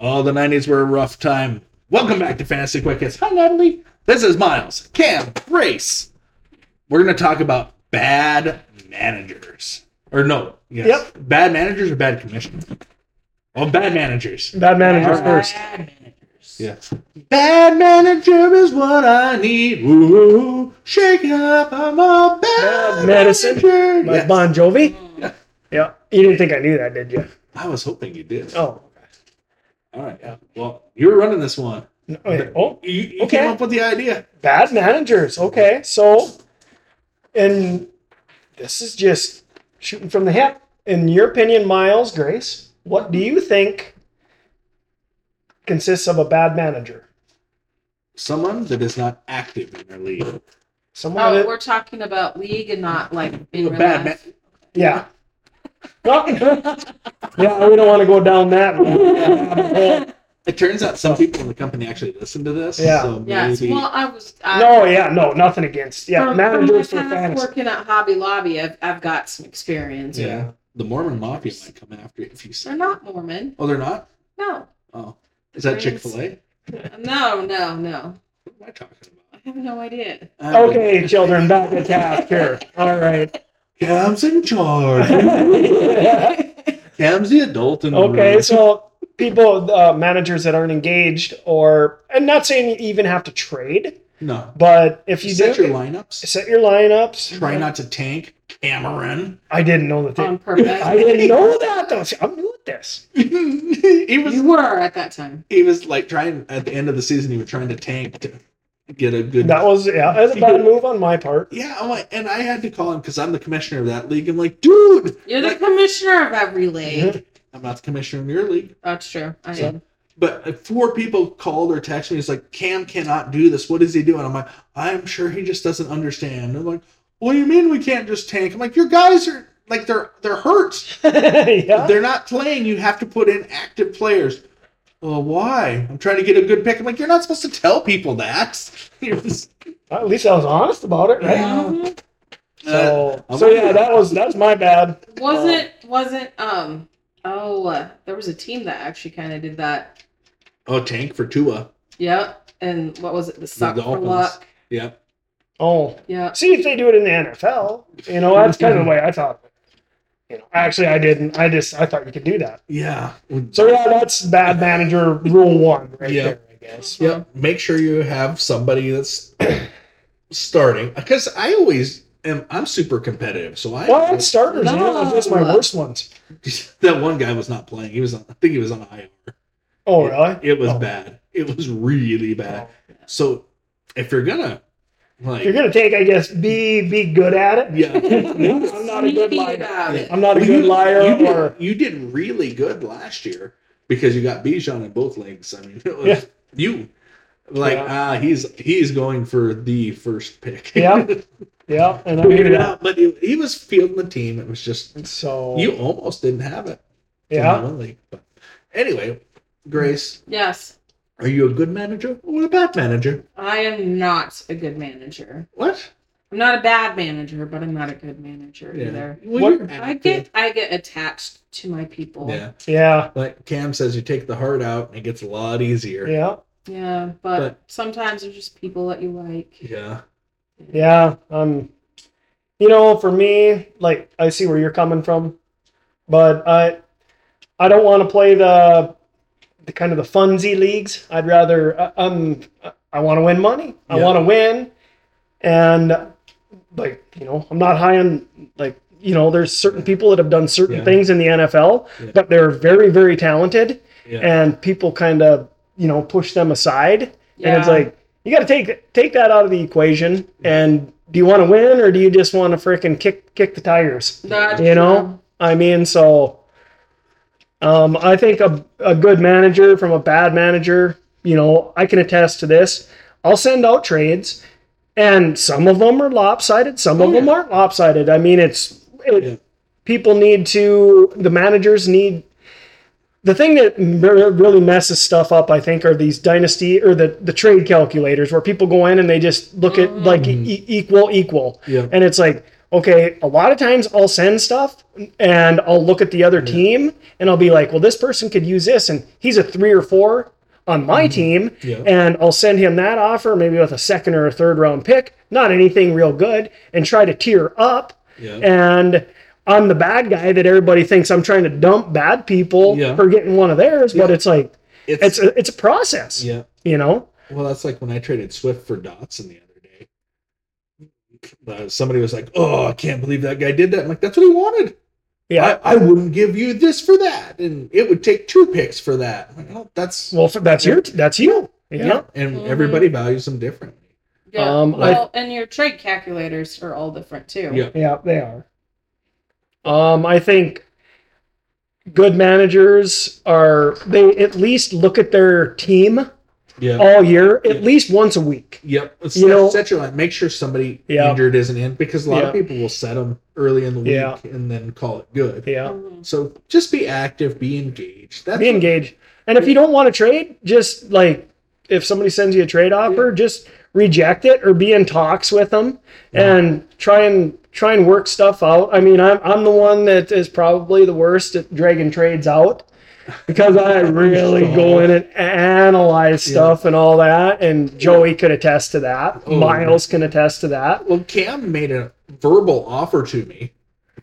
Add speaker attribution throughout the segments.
Speaker 1: Oh, the 90s were a rough time. Welcome back to Fantasy Quick Hits. Hi, Natalie. This is Miles, Cam, Race. We're going to talk about bad managers. Or no, yes. Yep. Bad managers or bad commissioners? Well, bad managers.
Speaker 2: Bad managers
Speaker 1: Bad
Speaker 2: first.
Speaker 3: Bad managers.
Speaker 1: Yeah. Bad manager is what I need. Ooh, shake it up. I'm a bad,
Speaker 2: Bad medicine.
Speaker 1: manager.
Speaker 2: By
Speaker 1: Yes.
Speaker 2: Bon Jovi. Yeah. You didn't think I knew that, did you?
Speaker 1: I was hoping you did.
Speaker 2: Oh.
Speaker 1: All right. Yeah. Well, you were running this one.
Speaker 2: No, wait, oh,
Speaker 1: You, you
Speaker 2: Okay.
Speaker 1: came up with the idea.
Speaker 2: bad managers. Okay. So, and this is just shooting from the hip. In your opinion, Miles, Grace, what do you think consists of a bad manager?
Speaker 1: Someone that is not active in their league.
Speaker 2: Someone
Speaker 3: Oh,
Speaker 2: that,
Speaker 3: we're talking about league and not like being
Speaker 1: A bad man.
Speaker 2: yeah. Well, yeah, we don't want to go down that road.
Speaker 1: It turns out some people in the company actually listen to this.
Speaker 2: Yeah.
Speaker 1: So maybe
Speaker 3: Yes. Well, I was. I,
Speaker 2: No, yeah, no, nothing against. Yeah,
Speaker 3: from,
Speaker 2: managers for
Speaker 3: from my Uh, past
Speaker 2: fantasy.
Speaker 3: Working at Hobby Lobby, I've, I've got some experience.
Speaker 1: yeah, the Mormon mafia might come after you if you say.
Speaker 3: They're not Mormon.
Speaker 1: Oh, they're not.
Speaker 3: No.
Speaker 1: Oh, is that Chick Fil A?
Speaker 3: No. No. No.
Speaker 1: What am I talking
Speaker 3: I have no idea.
Speaker 1: about? I'm
Speaker 2: Okay, children, back to task here. All right.
Speaker 1: like, Cam's in charge. Cam's the adult in the
Speaker 2: Okay,
Speaker 1: room.
Speaker 2: so people, uh, managers that aren't engaged, or and not saying you even have to trade,
Speaker 1: No.
Speaker 2: but if you
Speaker 1: Set
Speaker 2: do,
Speaker 1: your lineups.
Speaker 2: set your lineups.
Speaker 1: Try not to tank Cameron.
Speaker 2: I didn't know that.
Speaker 1: Um,
Speaker 2: They,
Speaker 3: On purpose.
Speaker 2: I didn't know that. Though. See, I'm new at this.
Speaker 1: he was
Speaker 3: you were at that time.
Speaker 1: he was like trying at the end of the season. He was trying to tank to get a good.
Speaker 2: That was yeah, that was a bad move on my part.
Speaker 1: yeah, I'm like, and I had to call him because I'm the commissioner of that league. I'm like, dude,
Speaker 3: You're the commissioner of every league.
Speaker 1: I'm not the commissioner of your league.
Speaker 3: That's true. I
Speaker 1: So-
Speaker 3: am.
Speaker 1: But if four people called or texted me. It's like Cam cannot do this. What is he doing? I'm like, I'm sure he just doesn't understand. I'm like, what do you mean we can't just tank? I'm like, your guys are like they're they're hurt.
Speaker 2: yeah,
Speaker 1: They're not playing. You have to put in active players. Well, why? I'm trying to get a good pick. I'm like, you're not supposed to tell people that. You're just-
Speaker 2: at least I was honest about it, right?
Speaker 1: Yeah.
Speaker 3: Mhm.
Speaker 2: So,
Speaker 1: Uh,
Speaker 2: so yeah, that was that's my bad.
Speaker 3: Wasn't wasn't um oh uh, there was a team that actually kind of did that.
Speaker 1: oh, tank for Tua.
Speaker 3: Yep. And what was it? The suck for
Speaker 1: Dolphins.
Speaker 3: luck.
Speaker 1: Yep.
Speaker 2: Oh,
Speaker 3: Yep.
Speaker 2: see if they do it in the NFL. You know, that's kind of the way I thought. of it. You know, actually, I didn't. I just I thought you could do that.
Speaker 1: Yeah.
Speaker 2: So yeah, that's bad manager rule one right
Speaker 1: Yeah.
Speaker 2: there, I guess.
Speaker 1: Yep. Make sure you have somebody that's starting because I always am. I'm super competitive, so I.
Speaker 2: Well, it's starters.
Speaker 3: No.
Speaker 2: Yeah, that's my worst ones.
Speaker 1: that one guy was not playing. He was. On, I think he was on IR.
Speaker 2: Oh really?
Speaker 1: It was
Speaker 2: Oh.
Speaker 1: bad. It was really bad. So if you're gonna, like,
Speaker 2: You're gonna take, I guess, be be good at it.
Speaker 1: yeah.
Speaker 2: I'm not a good
Speaker 3: Sneaky
Speaker 2: liar.
Speaker 3: about it.
Speaker 2: I'm not a
Speaker 1: Well,
Speaker 2: good
Speaker 1: you-
Speaker 2: liar
Speaker 1: You
Speaker 2: or
Speaker 1: did, you did really good last year because you got Bijan in both legs. I mean, it was
Speaker 2: Yeah.
Speaker 1: you like ah, he's he's going for the first pick.
Speaker 2: Yeah. yeah, and I
Speaker 1: Figured
Speaker 2: hear
Speaker 1: it
Speaker 2: that.
Speaker 1: out, but he, he was fielding the team. It was just
Speaker 2: So
Speaker 1: you almost didn't have it. in
Speaker 2: Oh. yeah.
Speaker 1: one league. But anyway, Grace,
Speaker 3: Yes.
Speaker 1: are you a good manager or a bad manager?
Speaker 3: I am not a good manager.
Speaker 1: What?
Speaker 3: I'm not a bad manager, but I'm not a good manager either.
Speaker 1: Well,
Speaker 2: What-
Speaker 1: you're
Speaker 3: I
Speaker 1: active.
Speaker 3: get I get attached to my people.
Speaker 1: Yeah.
Speaker 2: Yeah.
Speaker 1: Like Cam says, you take the heart out and it gets a lot easier.
Speaker 2: Yeah.
Speaker 3: Yeah, but,
Speaker 1: But-
Speaker 3: sometimes there's just people that you like.
Speaker 1: Yeah.
Speaker 2: Yeah. Um you know, for me, like I see where you're coming from, but I I don't want to play the the kind of the funsy leagues. I'd rather I- I'm I want to win money. I
Speaker 1: Yeah.
Speaker 2: want to win, and like you know, I'm not high on like you know. There's certain people that have done certain
Speaker 1: Yeah.
Speaker 2: things in the NFL,
Speaker 1: Yeah.
Speaker 2: but they're very very talented,
Speaker 1: Yeah.
Speaker 2: and people kind of you know push them aside.
Speaker 3: Yeah.
Speaker 2: And it's like you got to take take that out of the equation. And do you want to win or do you just want to freaking kick kick the tires?
Speaker 3: That's
Speaker 2: You know, I mean, so um, I think a a good manager from a bad manager, you know, I can attest to this. I'll send out trades, and some of them are lopsided, some of
Speaker 1: Oh,
Speaker 2: them
Speaker 1: yeah.
Speaker 2: aren't lopsided. I mean, it's it,
Speaker 1: Yeah.
Speaker 2: people need to the managers need the thing that re- really messes stuff up, I think, are these dynasty or the, the
Speaker 1: Mm.
Speaker 2: trade calculators where people go in and they just look at like e- equal, equal.
Speaker 1: Yeah.
Speaker 2: And it's like, okay, a lot of times I'll send stuff and I'll look at the other team and I'll be like, well, this person could use this and he's a three or four on
Speaker 1: Mm-hmm.
Speaker 2: my team.
Speaker 1: Yeah.
Speaker 2: And I'll send him that offer, maybe with a second or a third round pick, not anything real good, and try to tier up.
Speaker 1: Yeah.
Speaker 2: And I'm the bad guy that everybody thinks I'm trying to dump bad people
Speaker 1: Yeah.
Speaker 2: for getting one of theirs, but it's like, it's a, it's a process,
Speaker 1: yeah.
Speaker 2: you know?
Speaker 1: Well, that's like when I traded Swift for Dotson the other day. Uh, somebody was like, "Oh, I can't believe that guy did that." I'm like, "That's what he wanted.
Speaker 2: Yeah.
Speaker 1: I, I wouldn't give you this for that, and it would take two picks for that." I'm like, "Oh, that's
Speaker 2: well, f- that's your, that's you. Yeah.
Speaker 1: and
Speaker 3: Mhm.
Speaker 1: everybody values them differently."
Speaker 3: Yeah.
Speaker 2: Um, I-
Speaker 3: well, and your trade calculators are all different too.
Speaker 1: Yeah.
Speaker 2: Yeah, they are. Um, I think good managers are they at least look at their team
Speaker 1: Yeah.
Speaker 2: all year,
Speaker 1: Yeah.
Speaker 2: at least once a week.
Speaker 1: Yep. Let's
Speaker 2: Oh, You know-
Speaker 1: set your line. Make sure somebody
Speaker 2: Yeah.
Speaker 1: injured isn't in because a lot
Speaker 2: Yeah.
Speaker 1: of people will set them early in the week
Speaker 2: Yeah.
Speaker 1: and then call it good.
Speaker 2: Yeah.
Speaker 3: Mhm.
Speaker 1: So just be active, be engaged. That's
Speaker 2: Be engaged. And if you don't want to trade, just like if somebody sends you a trade offer, just reject it or be in talks with them
Speaker 1: Yeah.
Speaker 2: and try and try and work stuff out. I mean, I'm I'm the one that is probably the worst at dragging trades out because I really go in and analyze
Speaker 1: Yeah.
Speaker 2: stuff and all that. And Joey could attest to that.
Speaker 1: Oh.
Speaker 2: Miles can attest to that.
Speaker 1: well, Cam made a verbal offer to me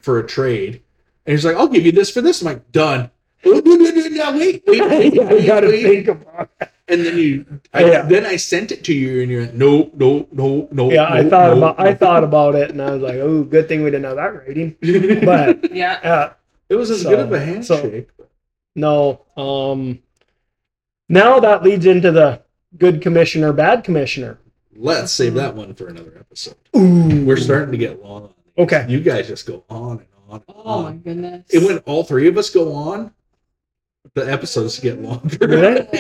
Speaker 1: for a trade, and he's like, "I'll give you this for this." I'm like, "Done." Oh, no, no, no, no, wait, wait, wait,
Speaker 2: I
Speaker 1: wait,
Speaker 2: got to
Speaker 1: wait.
Speaker 2: think about. It.
Speaker 1: And then you, I,
Speaker 2: Yeah.
Speaker 1: then I sent it to you, and you're like, "No, no, no, no."
Speaker 2: Yeah, I
Speaker 1: no,
Speaker 2: thought
Speaker 1: no,
Speaker 2: about
Speaker 1: no."
Speaker 2: I thought about it, and I was like, "Oh, good thing we didn't have that rating." But
Speaker 3: Yeah.
Speaker 2: uh,
Speaker 1: it was as
Speaker 2: So-
Speaker 1: good of a handshake.
Speaker 2: No. Um now that leads into the good commissioner, bad commissioner.
Speaker 1: Let's save that one for another episode.
Speaker 2: Ooh.
Speaker 1: We're starting to get long. on these.
Speaker 2: Okay.
Speaker 1: You guys just go on and on. And
Speaker 3: Oh my
Speaker 2: Um,
Speaker 1: on.
Speaker 3: goodness.
Speaker 1: And when all three of us go on, the episodes get longer.
Speaker 3: Oh.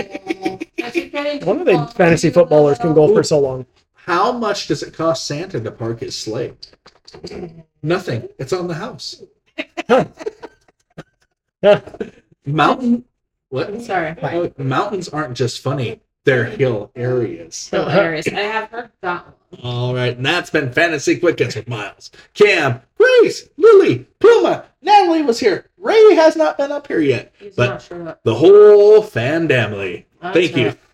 Speaker 2: Really? One of the fantasy footballers can go for so long.
Speaker 1: How much does it cost Santa to park his sleigh? Nothing. It's on the house. Mountain. What?
Speaker 3: Sorry.
Speaker 1: Oh, Mountains aren't just funny. They're hill areas.
Speaker 3: Hilarious. I have heard that one.
Speaker 1: All right, and that's been Fantasy Quick Hits with Miles, Cam, Grace, Lily, Puma, Natalie was here. Ray has not been up here yet.
Speaker 3: He's
Speaker 1: But-
Speaker 3: not sure that.
Speaker 1: The whole fan family.
Speaker 3: That's
Speaker 1: Thank you.
Speaker 3: right.